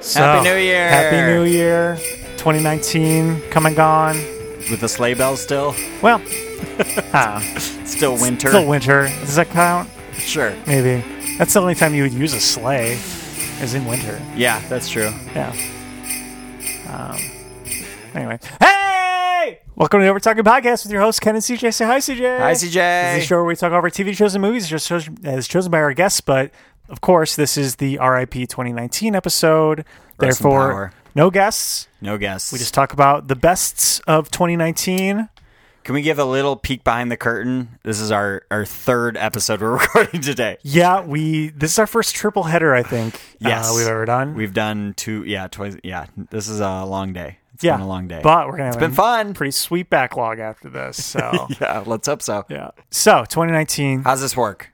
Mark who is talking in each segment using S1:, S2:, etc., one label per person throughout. S1: So,
S2: New Year.
S1: Happy New Year, 2019, come and gone.
S2: With the sleigh bells still,
S1: Well, ah,
S2: still winter.
S1: still winter. Does that count?
S2: Sure.
S1: Maybe. That's the only time you would use a sleigh, is in winter.
S2: Yeah, that's true.
S1: Yeah. Um. Anyway, hey, welcome to the Over Talking Podcast with your host Ken and CJ. Say hi, CJ.
S2: Hi,
S1: This
S2: CJ.
S1: is a show where we talk over TV shows and movies, just shows- as chosen by our guests. But of course, this is the RIP 2019 episode.
S2: Rest in
S1: Therefore,
S2: power.
S1: no guests.
S2: No guess.
S1: We just talk about the bests of 2019.
S2: Can we give a little peek behind the curtain? This is our our third episode we're recording today.
S1: Yeah, we. This is our first triple header, I think.
S2: Yes.
S1: uh, we've ever done.
S2: We've done two. Yeah, twice. Yeah, this is a long day. It's
S1: yeah,
S2: been a long day.
S1: But we're gonna. It's
S2: been fun.
S1: Pretty sweet backlog after this. So.
S2: yeah, let's hope so.
S1: Yeah. So 2019,
S2: How's this work?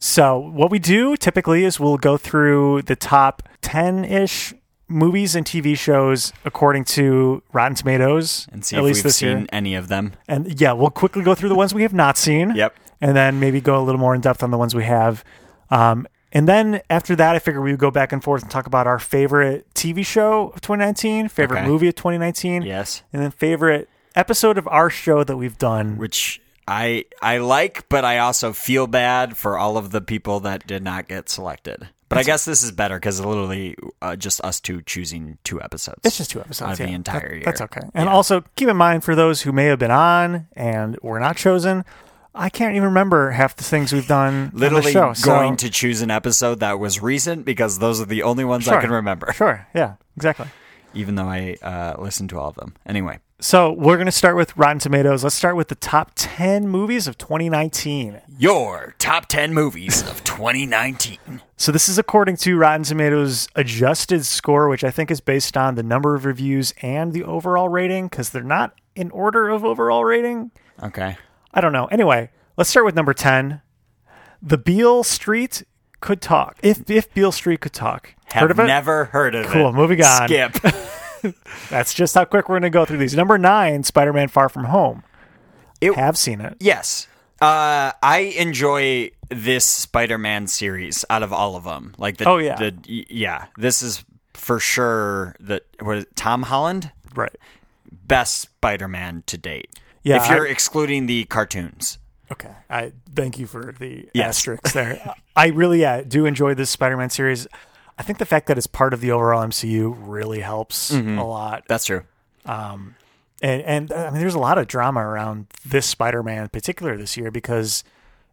S1: So, what we do typically is we'll go through the top 10 ish movies and TV shows according to Rotten Tomatoes.
S2: And see
S1: at
S2: if
S1: least
S2: we've
S1: this
S2: seen
S1: year.
S2: any of them.
S1: And yeah, we'll quickly go through the ones we have not seen.
S2: Yep.
S1: And then maybe go a little more in depth on the ones we have. Um, and then after that, I figure we would go back and forth and talk about our favorite TV show of 2019, favorite
S2: Okay.
S1: movie of 2019,
S2: Yes.
S1: and then favorite episode of our show that we've done.
S2: Which I I like, but I also feel bad for all of the people that did not get selected. But I guess this is better because literally uh, just us two choosing two episodes.
S1: It's just two episodes.
S2: Of the
S1: yeah.
S2: entire
S1: That-
S2: year.
S1: That's okay. And also keep in mind for those who may have been on and were not chosen, I can't even remember half the things we've done. on the
S2: literally
S1: show, so-
S2: going to choose an episode that was recent because those are the only ones
S1: Sure.
S2: I can remember,
S1: Sure. Yeah. Exactly.
S2: even though I uh, listened to all of them. Anyway,
S1: So we're going to start with Rotten Tomatoes. Let's start with the top ten movies of 2019.
S2: your top 10 movies of 2019.
S1: So this is according to Rotten Tomatoes' adjusted score, which I think is based on the number of reviews and the overall rating, because they're not in order of overall rating.
S2: Okay.
S1: I don't know. Anyway, let's start with number 10. The Beale Street could talk. If if Beale Street could talk.
S2: Have
S1: Heard of it?
S2: never heard of it.
S1: Cool, moving on.
S2: Skip.
S1: That's just how quick we're going to go through these. Number 9, Spider-Man Far From Home.
S2: It-
S1: Have seen it.
S2: Yes. Uh, I enjoy this Spider-Man series out of all of them. Like the
S1: Oh, yeah.
S2: the y- yeah. This is for sure the what is it, Tom Holland
S1: Right.
S2: best Spider-Man to date.
S1: Yeah,
S2: If you're
S1: I-
S2: excluding the cartoons.
S1: Okay. I thank you for the
S2: Yes.
S1: asterisks there. I really yeah, do enjoy this Spider-Man series. I think the fact that it's part of the overall MCU really helps
S2: Mm-hmm.
S1: a lot.
S2: That's true.
S1: and and uh, I mean, there's a lot of drama around this Spider-Man in particular this year because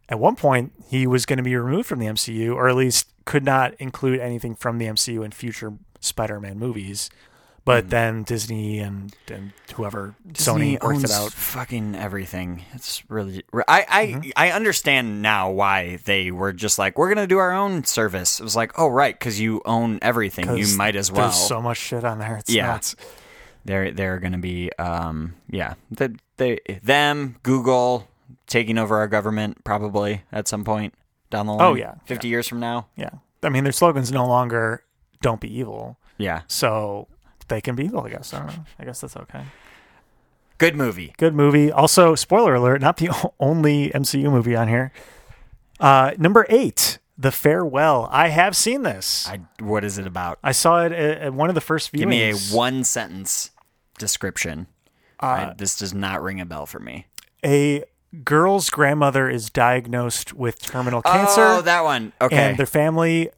S1: at one point he was going to be removed from the MCU, or at least could not include anything from the MCU in future Spider-Man movies. But then Disney and, and whoever
S2: Mm-hmm. Disney
S1: Sony worked it
S2: owns
S1: out. Mm-hmm.
S2: Fucking everything. It's really. I I I understand now why they were just like we're gonna do our own service. It was like oh right because you own everything. You might as well.
S1: There's so much shit on there. It's
S2: Yeah.
S1: nuts.
S2: they're they're gonna be um yeah the, they them Google taking over our government probably at some point down the line.
S1: Oh, yeah.
S2: fifty years from now.
S1: Yeah, I mean, their slogan's no longer "Don't be evil,"
S2: Yeah,
S1: so they can be evil. I guess I don't know. I guess that's okay.
S2: good movie.
S1: Good movie. Also, spoiler alert, not the o- only MCU movie on here. Uh, number eight, The Farewell. I have seen this. I,
S2: I what is it about?
S1: saw it at, at one of the first viewings.
S2: Give me a one sentence description.
S1: Uh,
S2: I- this does not ring a bell for me.
S1: A girl's grandmother is diagnosed with terminal cancer,
S2: Oh, that one. Okay.
S1: and their family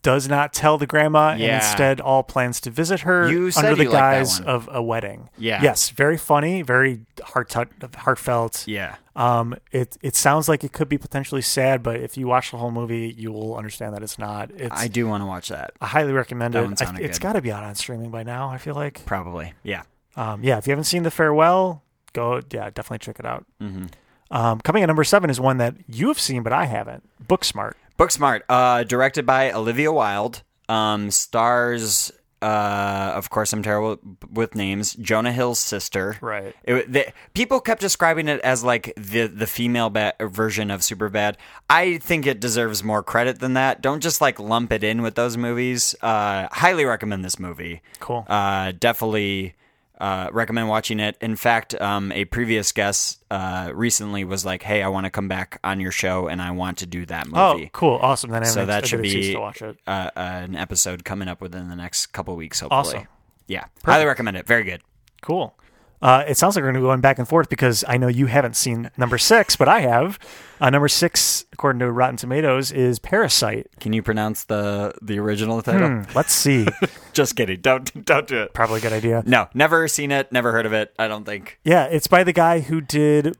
S1: does not tell the grandma, and
S2: Yeah.
S1: instead all plans to visit her
S2: You said
S1: under the
S2: you liked that
S1: guise
S2: one.
S1: of a wedding.
S2: Yeah.
S1: Yes, very funny, very heart heartfelt.
S2: yeah.
S1: Um, it it sounds like it could be potentially sad, but if you watch the whole movie, you will understand that it's not. It's
S2: I
S1: I,
S2: do want to watch that.
S1: highly recommend
S2: That
S1: it.
S2: one
S1: I,
S2: sounded
S1: it's
S2: good.
S1: got to be out on streaming by now. I feel like.
S2: Probably. Yeah.
S1: Um, yeah, if you haven't seen the farewell, go. Yeah, definitely check it out.
S2: Mm-hmm.
S1: Um, coming at number seven is one that you have seen, but I haven't. Booksmart.
S2: Booksmart, uh, directed by Olivia Wilde, um, stars. Uh, of course, I'm terrible with names. Jonah Hill's sister.
S1: Right.
S2: It, the, people kept describing it as like the the female ba- version of Superbad. I think it deserves more credit than that. Don't just like lump it in with those movies. Uh, highly recommend this movie.
S1: Cool.
S2: Uh, definitely. Uh, recommend watching it. In fact, um, a previous guest uh, recently was like, "Hey, I want to come back on your show, and I want to do that
S1: Oh,
S2: movie."
S1: cool, awesome. Then I have
S2: So
S1: an-
S2: that
S1: a good
S2: should
S1: excuse
S2: be-
S1: to watch it.
S2: Uh, uh, an episode coming up within the next couple weeks, hopefully.
S1: Awesome.
S2: Yeah, highly recommend it. Very good.
S1: Cool. Uh, it sounds like we're going to be going back and forth because I know you haven't seen number six, but I have. Uh, number six, according to Rotten Tomatoes, is Parasite.
S2: Can you pronounce the the original title?
S1: Hmm, let's see.
S2: Just kidding. Don't don't do it.
S1: Probably a good idea.
S2: No, never seen it. Never heard of it. I don't think.
S1: Yeah, it's by the guy who did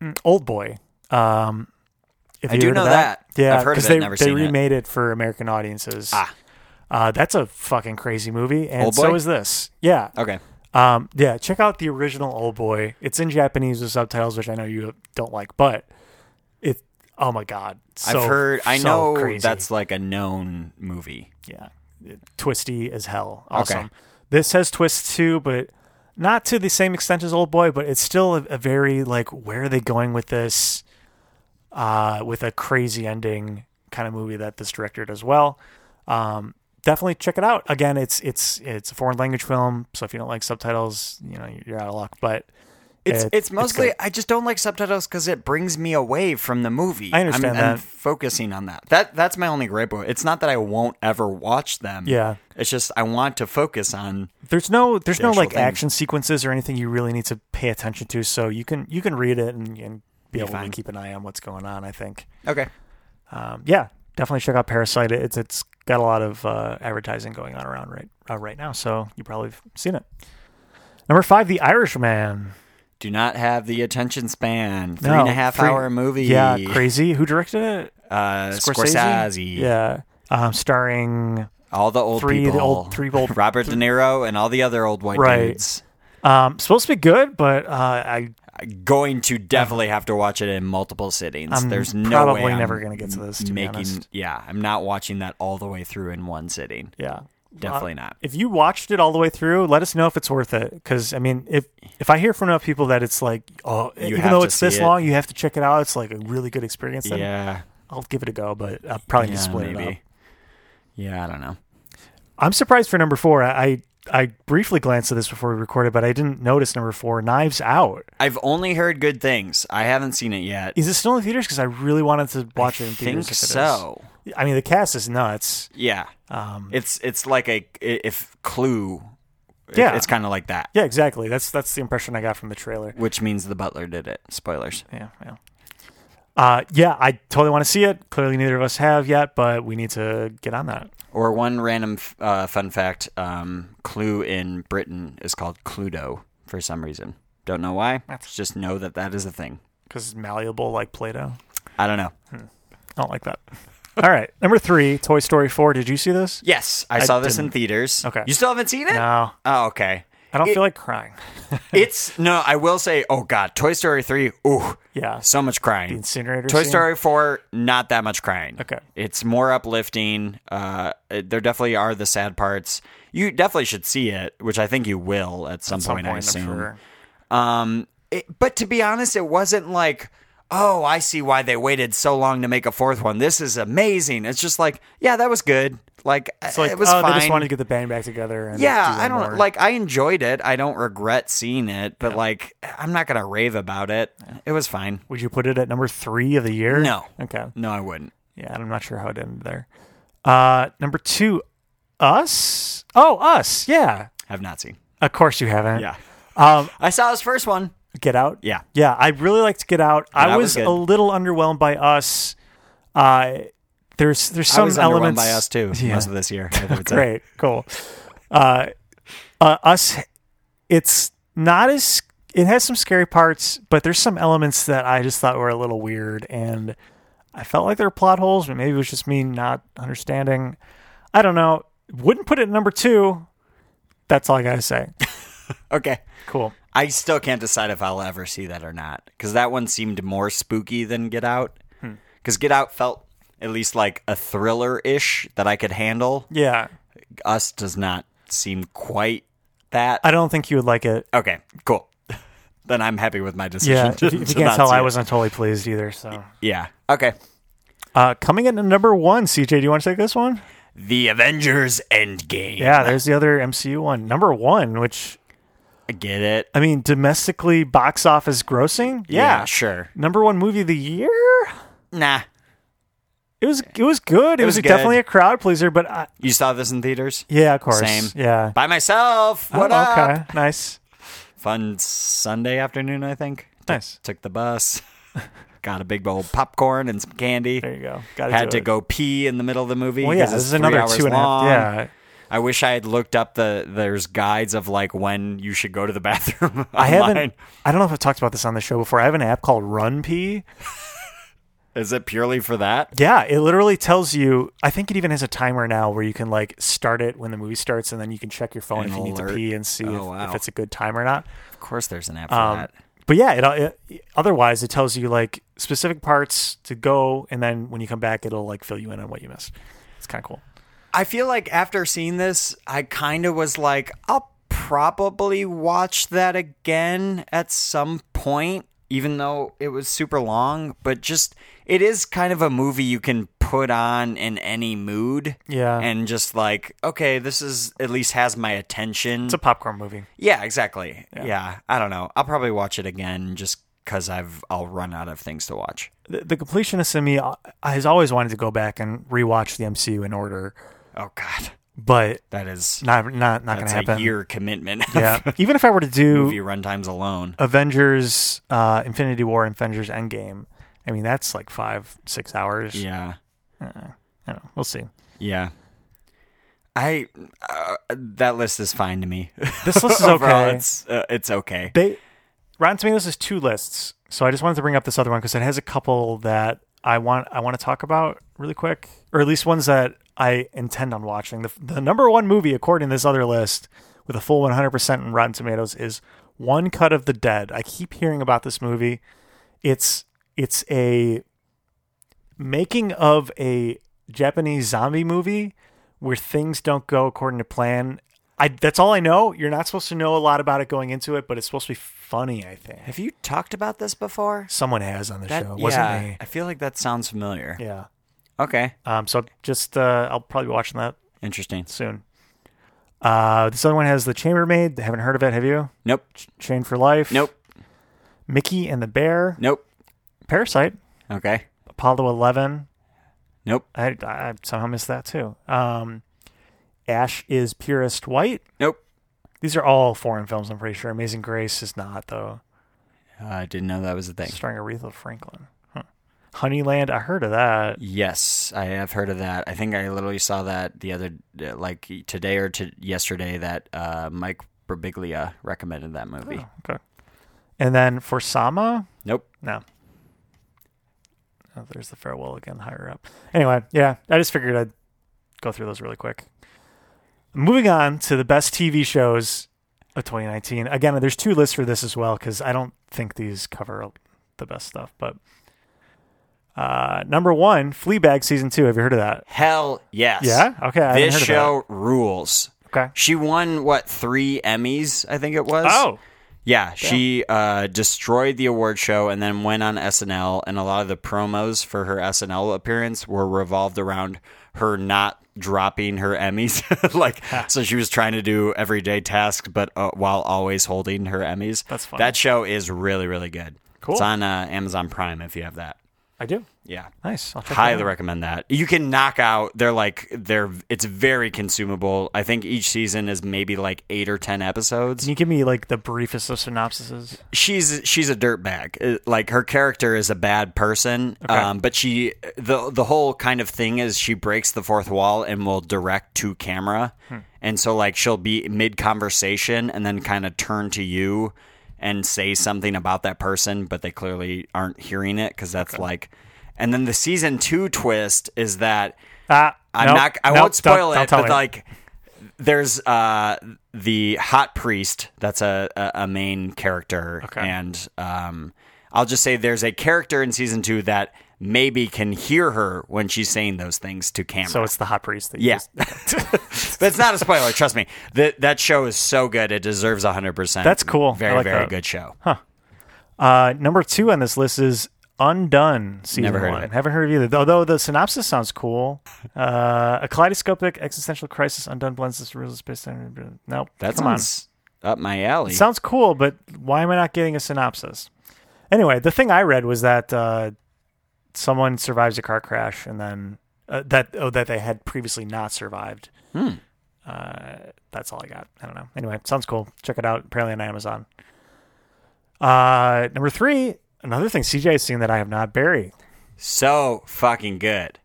S1: mm, Old Boy. Um, if
S2: I
S1: you
S2: do
S1: heard of
S2: know that.
S1: Yeah,
S2: I've heard of
S1: 'cause
S2: it,
S1: They,
S2: never
S1: they
S2: seen it.
S1: remade it. for American audiences.
S2: Ah.
S1: Uh, that's a fucking crazy movie, and
S2: Old
S1: so
S2: Boy?
S1: is this. Yeah,
S2: Okay.
S1: um, yeah. Check out the original Old Boy. It's in Japanese with subtitles, which I know you don't like, but it. Oh my god, so,
S2: I've heard. I
S1: so
S2: know
S1: crazy.
S2: that's like a known movie.
S1: yeah, twisty as hell. Awesome. This has twists too, but not to the same extent as Old Boy, but it's still a, a very like where are they going with this? Uh, with a crazy ending kind of movie that this director does well. Um, definitely check it out. Again, it's it's it's a foreign language film, so if you don't like subtitles, you know you're out of luck. But
S2: It's
S1: it-
S2: it's mostly
S1: good.
S2: I just don't like subtitles because it brings me away from the movie.
S1: I understand
S2: I'm, I'm
S1: that.
S2: focusing on that. That that's my only gripe. with it. It's not that I won't ever watch them.
S1: Yeah.
S2: It's just I want to focus on.
S1: there's no there's no
S2: actual
S1: like
S2: thing.
S1: action sequences or anything you really need to pay attention to. So you can you can read it and, and be able
S2: fine.
S1: to keep an eye on what's going on. I think.
S2: Okay.
S1: um, yeah, definitely check out Parasite. It's it's got a lot of uh, advertising going on around right uh, right now, so you probably have seen it. Number five, The Irishman.
S2: Do not have the attention span. Three
S1: No,
S2: and a half
S1: three-
S2: hour movie.
S1: Yeah, crazy. Who directed it?
S2: Uh, Scorsese.
S1: Yeah, um, starring.
S2: All the old
S1: Three- the
S2: people.
S1: old- three old-
S2: Robert De Niro and all the other old white
S1: Right.
S2: dudes.
S1: Um, supposed to be good, but uh, I
S2: going to definitely have to watch it in multiple sittings.
S1: I'm
S2: There's no
S1: probably
S2: way I'm
S1: never gonna get to this, to be honest.
S2: yeah, I'm not watching that all the way through in one sitting.
S1: yeah,
S2: Definitely not.
S1: if you watched it all the way through, let us know if it's worth it. Because I mean, if if I hear from enough people that it's like, oh, even
S2: have
S1: though
S2: to
S1: it's
S2: see
S1: this
S2: it.
S1: long, you have to check it out. It's like a really good experience. Then
S2: yeah,
S1: I'll give it a go, but I'll probably need to
S2: yeah,
S1: split it up.
S2: maybe. Yeah, I don't know.
S1: I'm surprised for number four. I I, I briefly glanced at this before we recorded, but I didn't notice number four, Knives Out.
S2: I've only heard good things. I haven't seen it yet.
S1: Is it still in the theaters? Because I really wanted to watch it in
S2: think
S1: theaters. if it is.
S2: so.
S1: I mean, the cast is nuts.
S2: Yeah,
S1: Um,
S2: it's it's like a if Clue. it-
S1: Yeah.
S2: it's kind of like that,
S1: yeah, exactly. That's that's the impression I got from the trailer.
S2: which means the butler did it. Spoilers.
S1: Yeah, yeah. Uh, yeah, I totally want to see it. Clearly, neither of us have yet, but we need to get on that.
S2: Or one random f- uh, fun fact: um, Clue in Britain is called Cluedo for some reason. Don't know why. Just know that that is a thing.
S1: because it's malleable like Play-Doh.
S2: I don't know.
S1: I don't like that. All right, number three, Toy Story four. Did you see this?
S2: Yes, I,
S1: I
S2: saw this in
S1: didn't.
S2: theaters.
S1: Okay.
S2: you still haven't seen it?
S1: No,
S2: Oh, okay.
S1: I don't
S2: It-
S1: feel like crying.
S2: It's no. I will say. Oh God, Toy Story three. Ooh,
S1: Yeah,
S2: so much crying.
S1: incinerator.
S2: Toy
S1: scene?
S2: Story four, not that much crying.
S1: Okay.
S2: it's more uplifting. Uh, it- there definitely are the sad parts. You definitely should see it, which I think you will at some,
S1: At some
S2: point,
S1: point,
S2: I
S1: I'm
S2: assume.
S1: sure.
S2: Um, it, but to be honest, it wasn't like, oh, I see why they waited so long to make a fourth one. This is amazing. It's just like, yeah, that was good. Like,
S1: It's like
S2: it was
S1: oh,
S2: fine.
S1: they just wanted to get the band back together. And
S2: yeah,
S1: do
S2: I
S1: one
S2: don't
S1: more.
S2: like. I enjoyed it. I don't regret seeing it, but like, I'm not gonna rave about it. It was fine.
S1: Would you put it at number three of the year?
S2: No.
S1: Okay.
S2: No, I wouldn't.
S1: Yeah, and I'm not sure how it ended there. Uh, number two, Us. Oh, Us. Yeah.
S2: Have not seen.
S1: Of course you haven't. Um,
S2: I saw his first one.
S1: Get Out.
S2: Yeah,
S1: Yeah, I really liked Get Out. I
S2: Out was
S1: was,
S2: good.
S1: a little underwhelmed by Us. Uh, there's there's
S2: I
S1: some
S2: was underwhelmed
S1: elements
S2: by us too.
S1: Yeah.
S2: Most of this year, I would say.
S1: Great, cool. Uh, uh, us, it's not as it has some scary parts, but there's some elements that I just thought were a little weird, and I felt like there were plot holes, but maybe it was just me not understanding. I don't know. Wouldn't put it at number two. That's all I gotta say.
S2: Okay.
S1: Cool.
S2: I still can't decide if I'll ever see that or not because that one seemed more spooky than Get Out.
S1: Hmm.
S2: Because Get Out felt at least like a thriller ish that I could handle.
S1: Yeah,
S2: Us does not seem quite that.
S1: I don't think you would like it.
S2: okay, cool. then I'm happy with my decision.
S1: Yeah, if you,
S2: to- to
S1: if you can't
S2: not
S1: tell,
S2: see
S1: I
S2: it.
S1: wasn't totally pleased either. So,
S2: Yeah. Okay.
S1: uh, coming in at number one, CJ, do you want to take this one?
S2: The Avengers Endgame.
S1: Yeah, there's the other MCU one, number one, which
S2: I get it.
S1: I mean, domestically box office grossing, yeah,
S2: sure.
S1: number one movie of the year.
S2: Nah.
S1: It was it was good. It, was,
S2: was good.
S1: definitely a crowd pleaser, but I,
S2: You saw this in theaters?
S1: yeah, of course,
S2: Same.
S1: yeah.
S2: By myself. What
S1: Oh,
S2: up?
S1: okay, nice,
S2: Fun Sunday afternoon, I think.
S1: nice.
S2: Took the bus. Got a big bowl of popcorn and some candy.
S1: There you go. Got
S2: Had to go pee in the middle of the movie.
S1: Well, yeah,
S2: 'cause
S1: this
S2: it's
S1: is another
S2: three hours
S1: two and a half.
S2: long.
S1: Yeah,
S2: I wish I had looked up the there's guides of like when you should go to the bathroom.
S1: I
S2: online.
S1: haven't. I don't know if I've talked about this on the show before. I have an app called Run Pee.
S2: Is it purely for that?
S1: Yeah, it literally tells you. I think it even has a timer now where you can like start it when the movie starts, and then you can check your phone
S2: An
S1: if you need to
S2: alert.
S1: pee and see
S2: Oh,
S1: if,
S2: wow.
S1: if it's a good time or not.
S2: Of course, there's an app for
S1: Um,
S2: that.
S1: but yeah, it, it otherwise it tells you like specific parts to go, and then when you come back, it'll like fill you in on what you missed. It's kind of cool.
S2: I feel like after seeing this, I kind of was like, I'll probably watch that again at some point, even though it was super long. But just, it is kind of a movie you can put on in any mood.
S1: Yeah.
S2: And just like, okay, this is at least has my attention.
S1: It's a popcorn movie.
S2: yeah, exactly. Yeah. I don't know. I'll probably watch it again just because I've, I'll run out of things to watch.
S1: The, the completionist in me uh, has always wanted to go back and rewatch the MCU in order,
S2: Oh, God. but
S1: but
S2: That is,
S1: not not not going to
S2: that's
S1: happen.
S2: a year commitment. of
S1: Yeah, even if I were to do
S2: Movie runtimes alone.
S1: Avengers, uh, Infinity War, and Avengers Endgame. I mean, that's like five, six hours.
S2: Yeah.
S1: I don't know. We'll see.
S2: Yeah. I uh, that list is fine to me.
S1: This list is
S2: Overall,
S1: okay.
S2: It's uh, it's okay.
S1: They Rotten Tomatoes is two lists, so I just wanted to bring up this other one because it has a couple that I want I want to talk about really quick, or at least ones that I intend on watching. The, the number one movie according to this other list, with a full 100% in Rotten Tomatoes, is One Cut of the Dead. I keep hearing about this movie. It's it's a making of a Japanese zombie movie where things don't go according to plan. I that's all I know. You're not supposed to know a lot about it going into it, but it's supposed to be funny. I think
S2: Have you talked about this before?
S1: someone has on the
S2: That-
S1: show. It wasn't
S2: yeah,
S1: me.
S2: I feel like that sounds familiar.
S1: Yeah.
S2: Okay,
S1: Um. So just uh, I'll probably be watching that
S2: interesting.
S1: soon. Uh, this other one has the Chambermaid. Haven't heard of it, have you?
S2: Nope,
S1: Chain for Life.
S2: nope,
S1: Mickey and the Bear.
S2: nope.
S1: Parasite.
S2: Okay,
S1: Apollo Eleven.
S2: nope,
S1: I, I somehow missed that too. Um, Ash is purest white.
S2: nope.
S1: These are all foreign films, I'm pretty sure. Amazing Grace is not, though.
S2: Uh, I didn't know that was a thing.
S1: Starring Aretha Franklin. Huh. Honeyland, I heard of that.
S2: Yes, I have heard of that. I think I literally saw that the other uh, like today or to yesterday that uh, Mike Birbiglia recommended that movie.
S1: Oh, okay. And then for Sama,
S2: Nope.
S1: no. Oh, there's the farewell again higher up. Anyway, yeah, I just figured I'd go through those really quick. Moving on to the best TV shows of 2019. Again, there's two lists for this as well because I don't think these cover the best stuff. But uh, number one, Fleabag season two. Have you heard of that?
S2: Hell yes.
S1: Yeah. Okay. I haven't
S2: This
S1: heard of
S2: show rules.
S1: that. Okay.
S2: She won what three Emmys? I think it was.
S1: Oh,
S2: yeah. She uh, destroyed the award show and then went on SNL, and a lot of the promos for her SNL appearance were revolved around her not dropping her Emmys. like, so she was trying to do everyday tasks, but uh, while always holding her Emmys.
S1: That's funny.
S2: That show is really, really good.
S1: Cool.
S2: It's on uh, Amazon Prime if you have that.
S1: I do.
S2: Yeah.
S1: Nice. I'll check that
S2: Highly
S1: out.
S2: recommend that. You can knock out. They're like they're. It's very consumable. I think each season is maybe like eight or ten episodes.
S1: Can you give me like the briefest of synopsises?
S2: She's she's a dirtbag. Uh, Like her character is a bad person. Um, but she the the whole kind of thing is she breaks the fourth wall and will direct to camera. And so like she'll be mid conversation and then kind of turn to you and say something about that person, but they clearly aren't hearing it because that's like. And then the season two twist is that
S1: Ah,
S2: I'm
S1: nope,
S2: not. I
S1: nope,
S2: won't spoil
S1: don't- don't
S2: it,
S1: tell
S2: but
S1: me.
S2: like, there's uh the hot priest. That's a a, a main character, and um, I'll just say there's a character in season two that maybe can hear her when she's saying those things to camera.
S1: so it's the hot priest. That you
S2: yeah,
S1: just-
S2: that's not a spoiler. Trust me. That that show is so good. It deserves 100. percent
S1: That's cool. I
S2: Very
S1: like
S2: very
S1: that.
S2: good show.
S1: Uh, number two on this list is Undone season
S2: Never heard of
S1: one.
S2: it.
S1: Haven't heard of either. Although the synopsis sounds cool. Uh, a kaleidoscopic existential crisis. Undone blends this real space. Nope.
S2: That
S1: Come on.
S2: sounds Up my alley.
S1: It sounds cool, but why am I not getting a synopsis? Anyway, the thing I read was that uh, someone survives a car crash, and then uh, that oh that they had previously not survived.
S2: Hmm.
S1: Uh, that's all I got. I don't know. Anyway, sounds cool. Check it out. Apparently on Amazon. Uh, number three, another thing CJ has seen that I have not. Barry,
S2: So fucking good.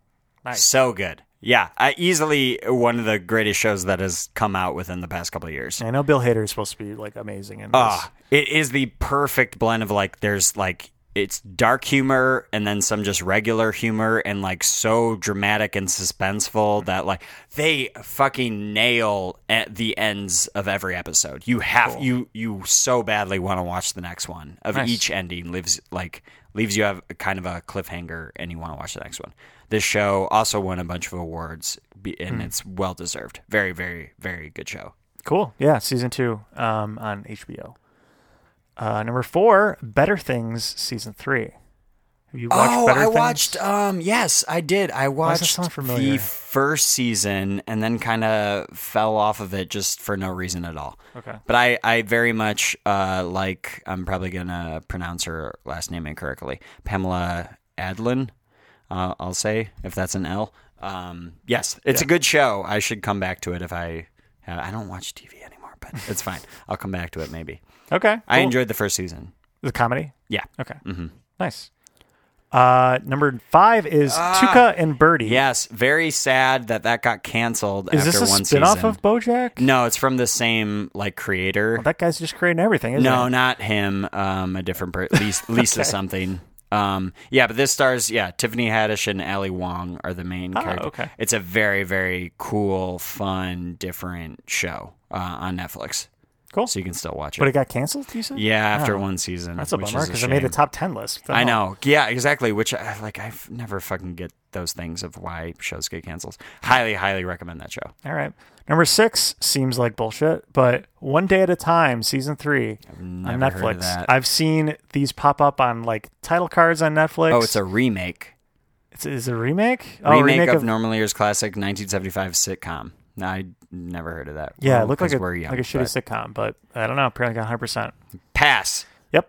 S1: Nice.
S2: So good. Yeah, I, easily one of the greatest shows that has come out within the past couple of years.
S1: I know Bill Hader is supposed to be like amazing in this.
S2: Ah, it is the perfect blend of like there's like it's dark humor and then some just regular humor and like so dramatic and suspenseful that like they fucking nail at the ends of every episode. You have you you so badly want to watch the next one of
S1: Nice.
S2: each ending leaves like leaves you have kind of a cliffhanger and you want to watch the next one. This show also won a bunch of awards be- and it's well deserved. Very very very good show.
S1: Cool. Yeah, season two um, on HBO. Uh, number four, Better Things season three. Have you watched
S2: oh,
S1: Better
S2: I
S1: Things?
S2: watched. Um, yes, I did. I
S1: does that
S2: watched
S1: sound familiar?
S2: the first season and then kind of fell off of it just for no reason at all.
S1: Okay.
S2: But I, I very much uh, like. I'm probably gonna pronounce her last name incorrectly. Pamela Adlin. Uh, I'll say if that's an L. Um, yes, it's a good show. I should come back to it if I. uh, I don't watch TV anymore, but it's fine. I'll come back to it maybe.
S1: Okay.
S2: I
S1: cool.
S2: enjoyed the first season.
S1: the comedy.
S2: Yeah.
S1: Okay. Mm-hmm. Nice. Uh, number five is
S2: Ah.
S1: Tuca and Birdie.
S2: Yes, very sad that that got canceled
S1: Is
S2: after
S1: this a
S2: one
S1: spinoff
S2: season.
S1: of BoJack?
S2: no, it's from the same like creator.
S1: That guy's just creating everything, isn't
S2: no,
S1: he?
S2: not him. Um, a different person, Lisa, Lisa something. Um, yeah, but this stars yeah Tiffany Haddish and Ali Wong are the main
S1: Ah,
S2: characters.
S1: okay.
S2: It's a very very cool, fun, different show uh, on Netflix,
S1: Cool.
S2: so you can still watch it.
S1: But it got canceled, you said?
S2: yeah, after
S1: Oh.
S2: one season,
S1: That's a
S2: which
S1: bummer
S2: is
S1: because I made the
S2: shame.
S1: top 10 list. What the
S2: I
S1: hell?
S2: know. Yeah, exactly. Which I like. I have never fucking get those things of why shows get canceled. Highly, highly recommend that show.
S1: All right. Number six seems like bullshit, but One Day at a Time, season 3 on
S2: never heard of
S1: Netflix.
S2: that.
S1: I've seen these pop up on like title cards on Netflix.
S2: Oh, it's a remake.
S1: it's, it's a remake. Oh,
S2: remake, of, Normal Year's classic 1975 sitcom. No, I never heard of that.
S1: yeah,
S2: Well,
S1: it looked like
S2: 'cause
S1: a
S2: we're young,
S1: like a
S2: but-
S1: shitty sitcom, but I don't know. Apparently, got 100. percent
S2: pass.
S1: Yep.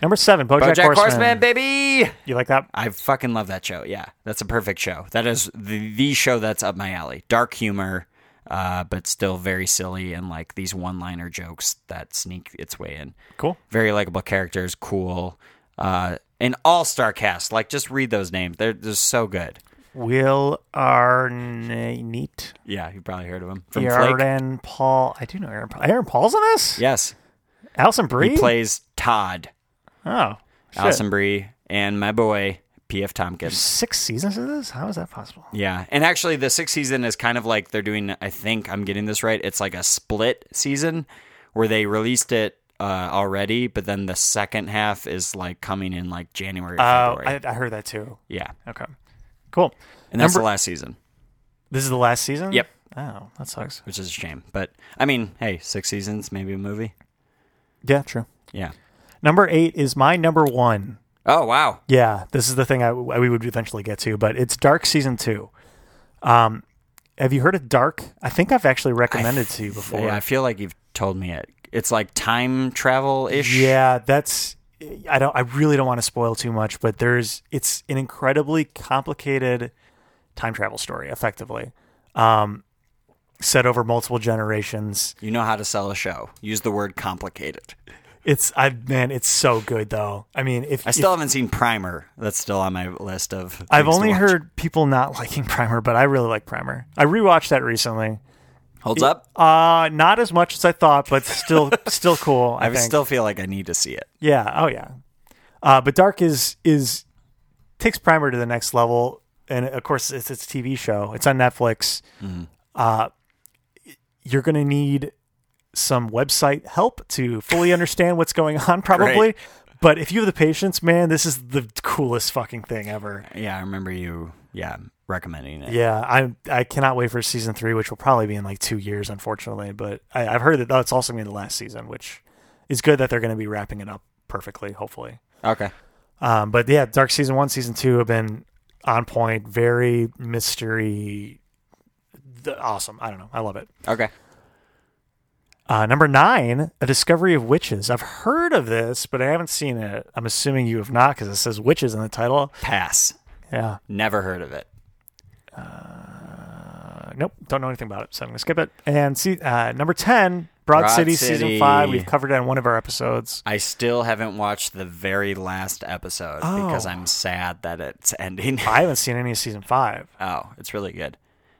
S1: Number seven, BoJack,
S2: BoJack
S1: Horseman.
S2: Horseman, baby.
S1: You like that?
S2: I fucking love that show. Yeah, that's a perfect show. That is the, the show that's up my alley. Dark humor, uh, but still very silly and like these one liner jokes that sneak its way in.
S1: Cool.
S2: Very likable characters, cool, uh, an all star cast. Like, just read those names. They're just so good.
S1: Will Arnett,
S2: Yeah, you probably heard of them from Flake.
S1: Aaron Paul. I do know Aaron Paul. Aaron Paul's in this.
S2: Yes,
S1: Allison Brie.
S2: he plays Todd,
S1: oh, shit.
S2: Allison Brie, and my boy P.F. Tompkins.
S1: Six seasons of this? How is that possible?
S2: Yeah, and actually, the sixth season is kind of like they're doing. I think I'm getting this right. It's like a split season where they released it uh, already, but then the second half is like coming in like January, or
S1: Oh,
S2: February.
S1: I, I heard that too.
S2: yeah,
S1: Okay, cool.
S2: and that's
S1: number-
S2: the last season,
S1: This is the last season.
S2: Yep.
S1: Oh, that sucks.
S2: which is a shame. But I mean, hey, six seasons, maybe a movie.
S1: Yeah, true.
S2: Yeah.
S1: Number eight is my number one.
S2: Oh wow.
S1: Yeah, this is the thing I, I- we would eventually get to, but it's Dark season two. Um, have you heard of Dark? I think I've actually recommended to you before.
S2: Yeah, I feel like you've told me it. It's like time travel ish.
S1: Yeah, that's I don't I really don't want to spoil too much, but there's it's an incredibly complicated time travel story effectively. Um set over multiple generations.
S2: You know how to sell a show. Use the word complicated.
S1: It's I man, it's so good though. I mean, if
S2: I still haven't seen Primer. That's still on my list of. things
S1: I've
S2: to
S1: only
S2: watch.
S1: heard people not liking Primer, but I really like Primer. I rewatched that recently.
S2: Holds up.
S1: Uh not as much as I thought, but still still cool. I,
S2: I
S1: think.
S2: still feel like I need to see it.
S1: Yeah. Oh yeah. Uh, but Dark is is takes Primer to the next level, and of course it's it's a TV show. It's on Netflix.
S2: Mm-hmm.
S1: Uh, you're gonna need some website help to fully understand what's going on, probably.
S2: Great.
S1: But if you have the patience, man, this is the coolest fucking thing ever.
S2: Yeah, I remember you. Yeah, recommending it.
S1: Yeah, I I cannot wait for season three, which will probably be in like two years, unfortunately. But I, I've heard that that's also gonna be the last season, which is good that they're gonna be wrapping it up perfectly, hopefully.
S2: Okay.
S1: Um, but yeah, Dark season one, season two have been on point, very mystery, th- awesome. I don't know, I love it.
S2: Okay.
S1: Uh, number nine, A Discovery of Witches. I've heard of this, but I haven't seen it. I'm assuming you have not because it says witches in the title.
S2: Pass.
S1: Yeah.
S2: Never heard of it.
S1: Uh, nope. Don't know anything about it, so I'm going to skip it. And see, uh, number 10, Broad,
S2: Broad
S1: City,
S2: City.
S1: Season 5. We've covered it on one of our episodes.
S2: I still haven't watched the very last episode because
S1: Oh.
S2: I'm sad that it's ending.
S1: I haven't seen any of Season 5.
S2: oh, it's really good.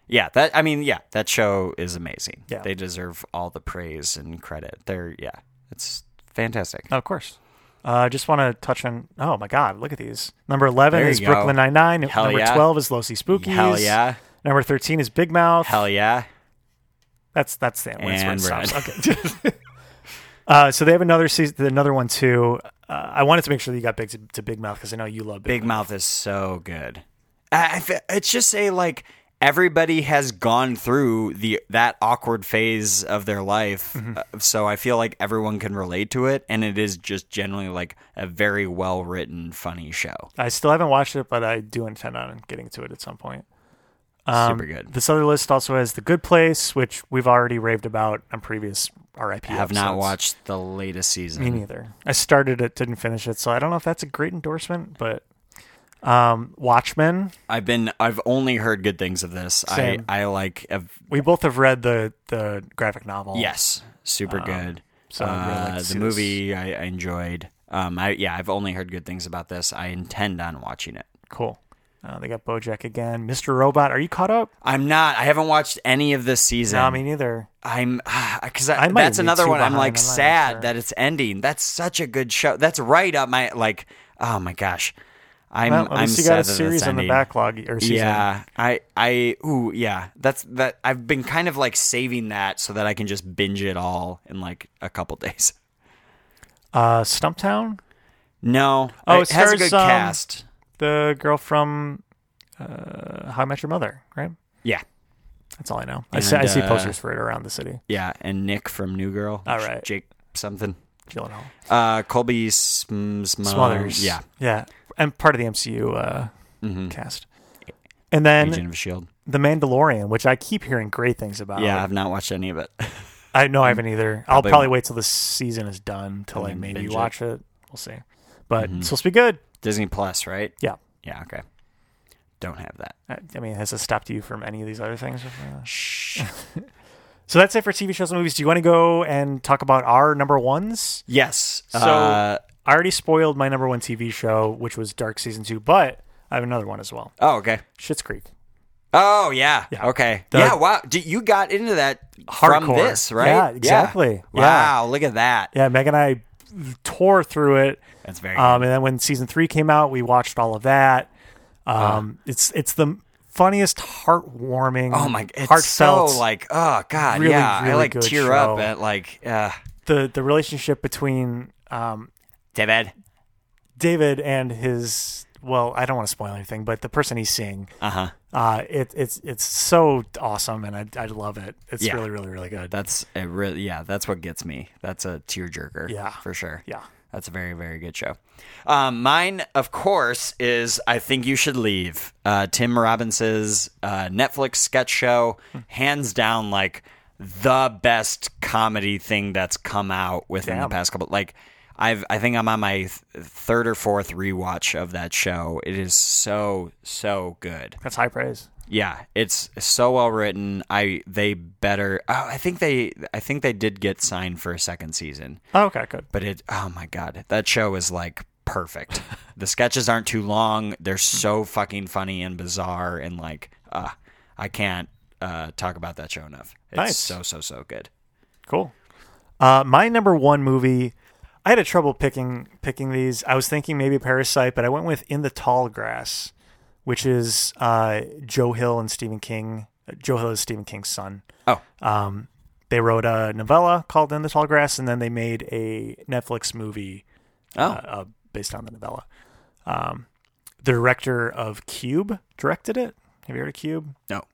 S2: Yeah, that I mean, yeah, that show is amazing.
S1: Yeah.
S2: They deserve all the praise and credit. They're yeah, it's fantastic.
S1: Oh, of course. Uh, just want to touch on. Oh my God! Look at these. Number eleven
S2: There
S1: is
S2: you go.
S1: Brooklyn Nine Nine.
S2: Hell
S1: Number
S2: yeah.
S1: twelve is Losey Spookies.
S2: Hell yeah.
S1: Number thirteen is Big Mouth.
S2: Hell yeah.
S1: That's that's the end. That's where
S2: And
S1: it
S2: we're
S1: stops. Okay. uh, so they have another season, another one too. Uh, I wanted to make sure that you got big to, to Big Mouth because I know you love Big.
S2: Big Mouth is so good. I, I fe- it's just a like everybody has gone through the that awkward phase of their life,
S1: Mm-hmm.
S2: uh, so I feel like everyone can relate to it, and it is just generally like a very well written, funny show.
S1: I still haven't watched it, but I do intend on getting to it at some point. Um,
S2: Super good.
S1: This other list also has The Good Place, which we've already raved about on previous RIP.
S2: have not
S1: episodes.
S2: watched the latest season.
S1: Me neither. I started it, didn't finish it, so I don't know if that's a great endorsement, but um Watchmen.
S2: I've been I've only heard good things of this.
S1: Same.
S2: I I like have-
S1: We both have read the the graphic novel.
S2: yes, super good.
S1: so I'd really like to
S2: Uh,
S1: see
S2: the
S1: this.
S2: movie I, I enjoyed. Um, I yeah, I've only heard good things about this. I intend on watching it.
S1: Cool. Uh, they got Bojack again. Mr. Robot, are you caught up?
S2: I'm not. I haven't watched any of this season.
S1: No, me neither.
S2: I'm because
S1: I might
S2: that's
S1: be
S2: another
S1: too
S2: one. I'm
S1: behind, I'm
S2: like
S1: not
S2: sad
S1: sure.
S2: that it's ending. That's such a good show. That's right up my like. Oh my gosh, I'm.
S1: Well, at
S2: I'm
S1: least you
S2: sad
S1: got a
S2: that it's
S1: series on the
S2: ending.
S1: backlog or season.
S2: Yeah, I, I, ooh, yeah. That's that. I've been kind of like saving that so that I can just binge it all in like a couple days.
S1: Uh Stumptown,
S2: No,
S1: Oh,
S2: it has a
S1: it
S2: good
S1: stars, um,
S2: cast.
S1: the girl from uh How I Met Your Mother, right?
S2: Yeah,
S1: That's all I know. I,
S2: And,
S1: see, I see
S2: uh,
S1: posters for it around the city.
S2: yeah, and Nick from New Girl.
S1: All right.
S2: Jake something.
S1: Gyllenhaal.
S2: Uh, Colby Sm- Smothers.
S1: Smothers.
S2: Yeah,
S1: Yeah. And part of the MCU uh
S2: Mhm.
S1: cast. And then Oh,
S2: Agent of Shield.
S1: The Mandalorian, which I keep hearing great things about.
S2: E Yeah, I've not watched any of it.
S1: I know I haven't either. I'll
S2: Probably-
S1: probably wait till the season is done till I
S2: then
S1: maybe
S2: binge it. Mm-hmm.
S1: watch it. We'll see. But it's supposed to be good.
S2: Disney Plus, right?
S1: Yeah.
S2: Yeah. Okay. Don't have that.
S1: I I mean, has it stopped you from any of these other things?
S2: Shh.
S1: So that's it for TV shows and movies. Do you want to go and talk about our number ones?
S2: yes. uh, So
S1: So- I already spoiled my number one TV show, which was Dark Season 2, but I have another one as well
S2: oh, okay.
S1: Schitt's Creek.
S2: Oh yeah. Okay.
S1: The-
S2: yeah. Wow. D- you got into that from
S1: Hardcore.
S2: this, right?
S1: Yeah, exactly. Yeah.
S2: Wow. Look at that.
S1: Yeah, Meg and I tore through it.
S2: That's very.
S1: Um, and then when season three came out, we watched all of that. Um, it's it's the funniest, heartwarming.
S2: oh my. It's
S1: heartfelt.
S2: so like. Oh God.
S1: really,
S2: yeah. I
S1: really
S2: like
S1: good
S2: tear
S1: show.
S2: up at like. Uh,
S1: the the relationship between um,
S2: David.
S1: David and his well, I don't want to spoil anything, but the person he's seeing,
S2: Uh huh.
S1: uh, it, it's it's so awesome, and I I love it. It's
S2: Yeah.
S1: really really really good.
S2: That's a really. Yeah. That's what gets me. That's a tearjerker.
S1: Yeah.
S2: For sure.
S1: yeah,
S2: That's a very, very good show. Um, mine, of course, is I Think You Should Leave. Uh, Tim Robbins' uh, Netflix sketch show, hands down, like the best comedy thing that's come out within the
S1: Damn.
S2: past couple. Like, I've, I think I'm on my th- third or fourth rewatch of that show. It is so, so good.
S1: that's high praise.
S2: Yeah, it's so well written. I they better. Oh, I think they, I think they did get signed for a second season
S1: Oh, okay, good.
S2: but it oh my god that show is like perfect the sketches aren't too long they're so fucking funny and bizarre and like uh, i can't uh, talk about that show enough it's
S1: Nice.
S2: so so so good
S1: Cool. Uh, my number one movie. I had a trouble picking picking these. I was thinking maybe Parasite, but I went with In the Tall Grass, which is uh, Joe Hill and Stephen King. uh, Joe Hill is Stephen King's son.
S2: oh
S1: Um, they wrote a novella called In the Tall Grass, and then they made a Netflix movie
S2: oh
S1: uh, uh, based on the novella. Um, the director of Cube directed it. Have you heard of Cube?
S2: no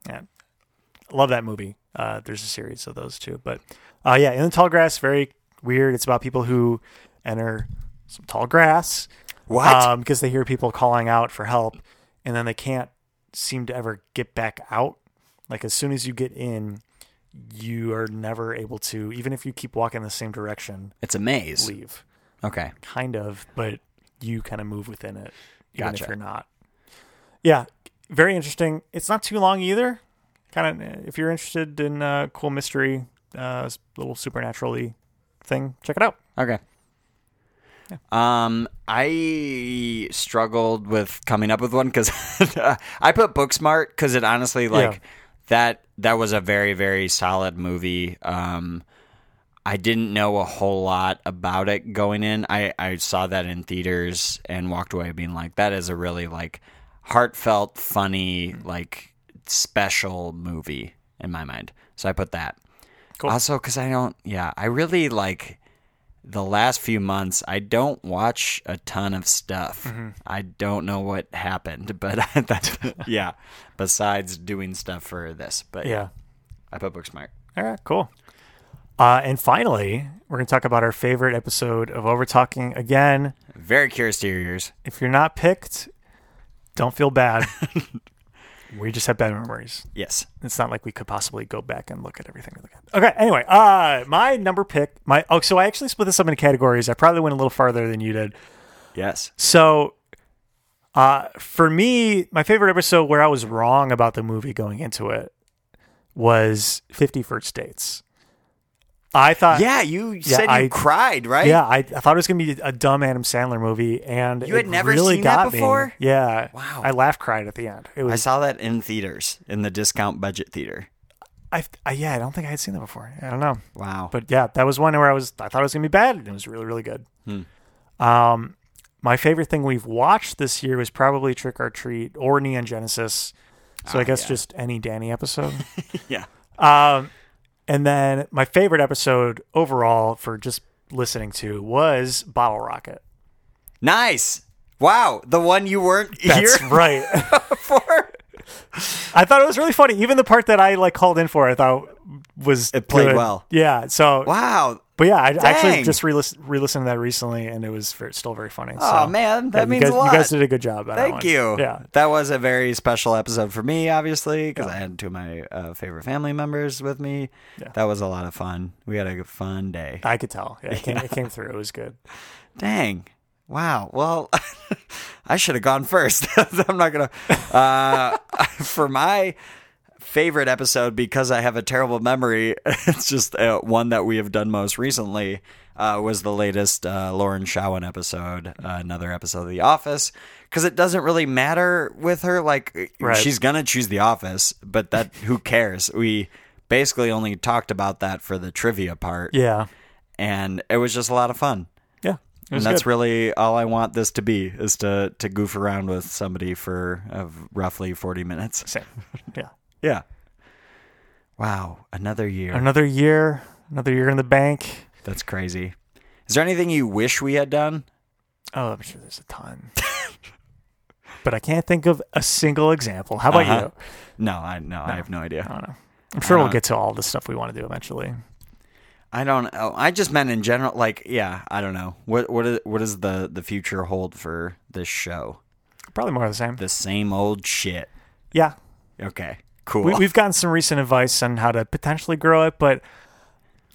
S1: love that movie. Uh, there's a series of those too, but uh, yeah, in the tall grass, very weird. It's about people who enter some tall grass
S2: what
S1: um, because they hear people calling out for help, and then they can't seem to ever get back out. Like as soon as you get in, you are never able to, even if you keep walking the same direction,
S2: It's a maze.
S1: leave.
S2: Okay.
S1: Kind of, but you kind of move within it, even
S2: Gotcha.
S1: if you're not. Yeah, very interesting. It's not too long either. Kind of, if you're interested in uh, cool mystery, uh, s- little supernaturally thing, check it out.
S2: Okay. Um, I struggled with coming up with one because I put Booksmart because it honestly like
S1: Yeah.
S2: that that was a very very solid movie. Um, I didn't know a whole lot about it going in. I I saw that in theaters and walked away being like that is a really like heartfelt, funny, like special movie in my mind. So I put that.
S1: Cool.
S2: Also, because I don't, yeah, I really like the last few months, I don't watch a ton of stuff.
S1: Mm-hmm.
S2: I don't know what happened, but that's, yeah, besides doing stuff for this. But
S1: Yeah.
S2: I put Booksmart.
S1: All right, cool. Uh, and finally, we're going to talk about our favorite episode of Over Talking again.
S2: Very curious to hear yours.
S1: If you're not picked, don't feel bad. we just have bad memories.
S2: Yes.
S1: It's not like we could possibly go back and look at everything again. Okay, anyway, uh, my number pick, my oh, so I actually split this up into categories. I probably went a little farther than you did.
S2: Yes.
S1: So, uh, for me, my favorite episode where I was wrong about the movie going into it was 50 First Dates. I thought,
S2: Yeah, you said you
S1: Uh, I-
S2: cried, right?
S1: yeah, I, I thought it was gonna be a dumb Adam Sandler movie, and
S2: You had
S1: it
S2: never
S1: really
S2: seen that
S1: got
S2: before?
S1: Me. Yeah,
S2: Wow.
S1: I laugh cried at the end. It
S2: I
S1: was,
S2: saw that in theaters, in the discount budget theater.
S1: I, I, yeah, I don't think I had seen that before. I don't know,
S2: Wow.
S1: but yeah, that was one where I was, I thought it was gonna be bad, and it was really, really good.
S2: Hmm.
S1: Um, my favorite thing we've watched this year was probably Trick or Treat or Neon Genesis. So I guess
S2: Ah, yeah.
S1: just any Danny episode.
S2: yeah.
S1: Um, and then my favorite episode overall for just listening to was Bottle Rocket.
S2: Nice. Wow. The one you weren't
S1: That's
S2: here
S1: right.
S2: for?
S1: I thought it was really funny. Even the part that I like called in for, I thought was
S2: It played
S1: good.
S2: well.
S1: Yeah. So,
S2: Wow.
S1: but yeah, I actually
S2: Dang.
S1: just re listened to that recently, and it was ver- still very funny.
S2: Oh,
S1: so,
S2: man.
S1: yeah,
S2: That means
S1: you guys,
S2: a lot.
S1: You guys did a good job. on that
S2: Thank
S1: one.
S2: you.
S1: Yeah.
S2: that was a very special episode for me, obviously, because I had two of my uh, favorite family members with me. That was a lot of fun. We had a fun day.
S1: I could tell. Yeah, it, came, it came through. It was good.
S2: Dang! Wow. Well, I should have gone first. I'm not gonna. Uh, for my favorite episode, because I have a terrible memory, it's just uh, one that we have done most recently. Uh, was the latest uh, Lauren Shawan episode, uh, another episode of The Office, because it doesn't really matter with her. Like
S1: Right.
S2: she's gonna choose The Office, but that who cares? We basically only talked about that for the trivia part,
S1: Yeah.
S2: and it was just a lot of fun
S1: Yeah. It
S2: and
S1: was
S2: that's
S1: good.
S2: really all I want this to be is to to goof around with somebody for uh, roughly forty minutes.
S1: Same. Yeah.
S2: Yeah. Wow, another year.
S1: Another year, another year in the bank.
S2: That's crazy. Is there anything you wish we had done?
S1: Oh, I'm sure there's a ton. but I can't think of a single example. How about
S2: Uh-huh.
S1: you?
S2: No, I no, I have no
S1: I
S2: idea.
S1: don't know. I'm sure we'll
S2: Uh,
S1: get to all the stuff we want to do eventually.
S2: I don't. Oh, I just meant in general. Like, yeah, I don't know. What what is, what does the the future hold for this show?
S1: Probably more of the same.
S2: The same old shit.
S1: Yeah.
S2: Okay, cool.
S1: We, we've gotten some recent advice on how to potentially grow it, but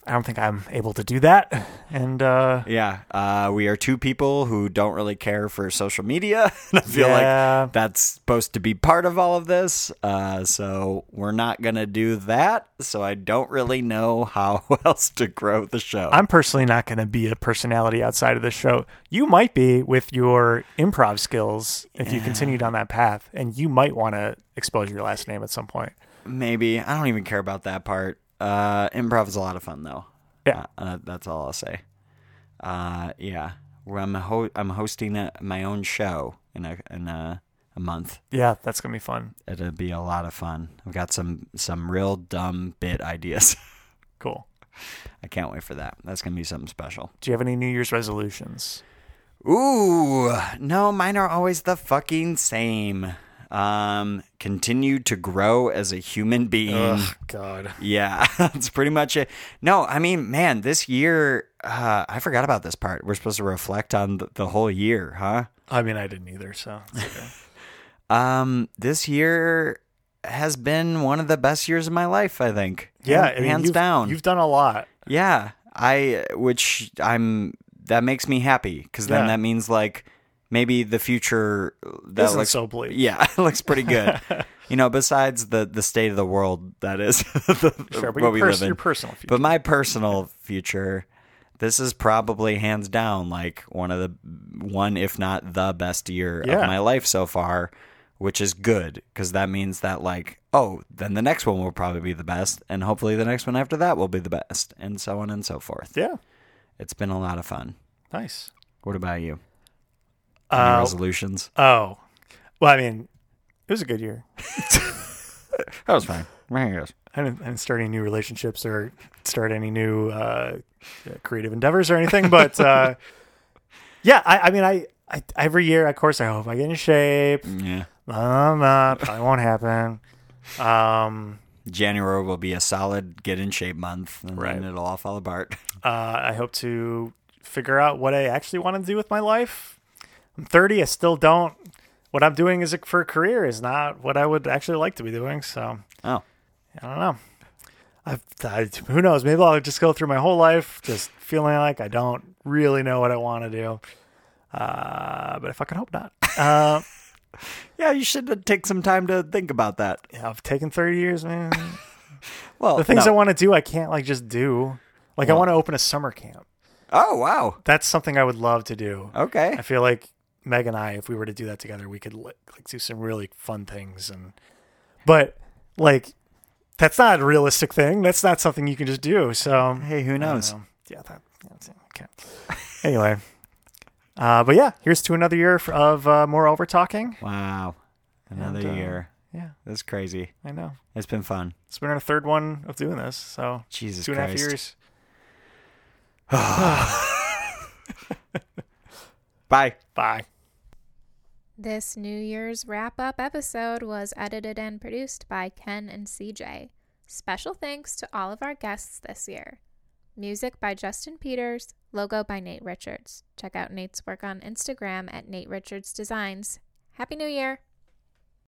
S1: I don't think I'm able to do that. And uh,
S2: Yeah, uh, we are two people who don't really care for social media. and I feel
S1: Yeah.
S2: like that's supposed to be part of all of this. Uh, so we're not going to do that. So I don't really know how else to grow the show.
S1: I'm personally not going to be a personality outside of the show. You might be with your improv skills if you continue down that path, and you might want to expose your last name at some point.
S2: Maybe. I don't even care about that part. Uh, improv is a lot of fun, though.
S1: Yeah.
S2: Uh, uh, that's all I'll say. Uh, yeah. Well, I'm, ho- I'm hosting a, my own show in a, in a, a month.
S1: Yeah, that's going to be fun.
S2: It'll be a lot of fun. I've got some some real dumb bit ideas.
S1: Cool.
S2: I can't wait for that. That's gonna be something special.
S1: Do you have any New Year's resolutions?
S2: Ooh, no, mine are always the fucking same. Um, continue to grow as a human being. Mm.
S1: God.
S2: Yeah, that's pretty much it. No, I mean, man, this year, uh, I forgot about this part. We're supposed to reflect on the, the whole year, huh?
S1: I mean, I didn't either, so. it's okay.
S2: Um, this year, has been one of the best years of my life. I think.
S1: Yeah,
S2: Hand-
S1: I mean,
S2: hands
S1: you've-
S2: down.
S1: You've done a lot.
S2: Yeah, I which I'm that makes me happy because then
S1: Yeah.
S2: that means like maybe the future that
S1: Isn't
S2: looks
S1: so bleak.
S2: Yeah, it looks pretty good. you know, besides the the state of the world that is the,
S1: Sure,
S2: what
S1: but your,
S2: we
S1: pers-
S2: live in.
S1: your personal future.
S2: but my personal future, this is probably hands down like one of the one if not the best year
S1: Yeah.
S2: of my life so far. Which is good because that means that, like, oh, then the next one will probably be the best, and hopefully the next one after that will be the best, and so on and so forth.
S1: yeah,
S2: It's been a lot of fun.
S1: nice.
S2: What about you? Any
S1: Uh,
S2: resolutions?
S1: oh, well, I mean, it was a good year.
S2: That was fine.
S1: I didn't, I didn't start any new relationships or start any new uh, creative endeavors or anything. But uh, yeah, I, I mean, I, I every year, of course, I hope I get in shape.
S2: Yeah.
S1: Blah, blah, blah. probably won't happen. Um,
S2: January will be a solid get in shape month, and
S1: Right.
S2: then it'll all fall apart.
S1: uh, I hope to figure out what I actually want to do with my life. I'm 30. I still don't. What I'm doing is for a career is not what I would actually like to be doing. So
S2: Oh,
S1: I don't know. I've, I, who knows? Maybe I'll just go through my whole life just feeling like I don't really know what I want to do. Uh, but if I can hope not. Uh,
S2: yeah. You should take some time to think about that.
S1: yeah, I've taken 30 years, man.
S2: Well,
S1: The things
S2: no.
S1: I want to do, I can't like just do. Like I want to open a summer camp.
S2: Oh, wow.
S1: That's something I would love to do.
S2: Okay.
S1: I feel like Meg and I, if we were to do that together, we could like, like do some really fun things. And but like that's not a realistic thing. That's not something you can just do. So
S2: Hey, who
S1: I don't
S2: knows?
S1: know. Um, Yeah, that, that's it. okay. anyway, uh, but yeah, here's to another year f- of uh, more over talking.
S2: Wow. Another
S1: And, uh,
S2: year.
S1: Yeah,
S2: That's crazy.
S1: I know.
S2: It's been fun.
S1: It's been our third one of doing this, so
S2: Jesus
S1: two and a half
S2: Christ.
S1: years.
S2: Bye.
S1: Bye.
S3: This New Year's wrap up episode was edited and produced by Ken and CJ. Special thanks to all of our guests this year. Music by Justin Peters, logo by Nate Richards. Check out Nate's work on Instagram at Nate Richards Designs. Happy New Year!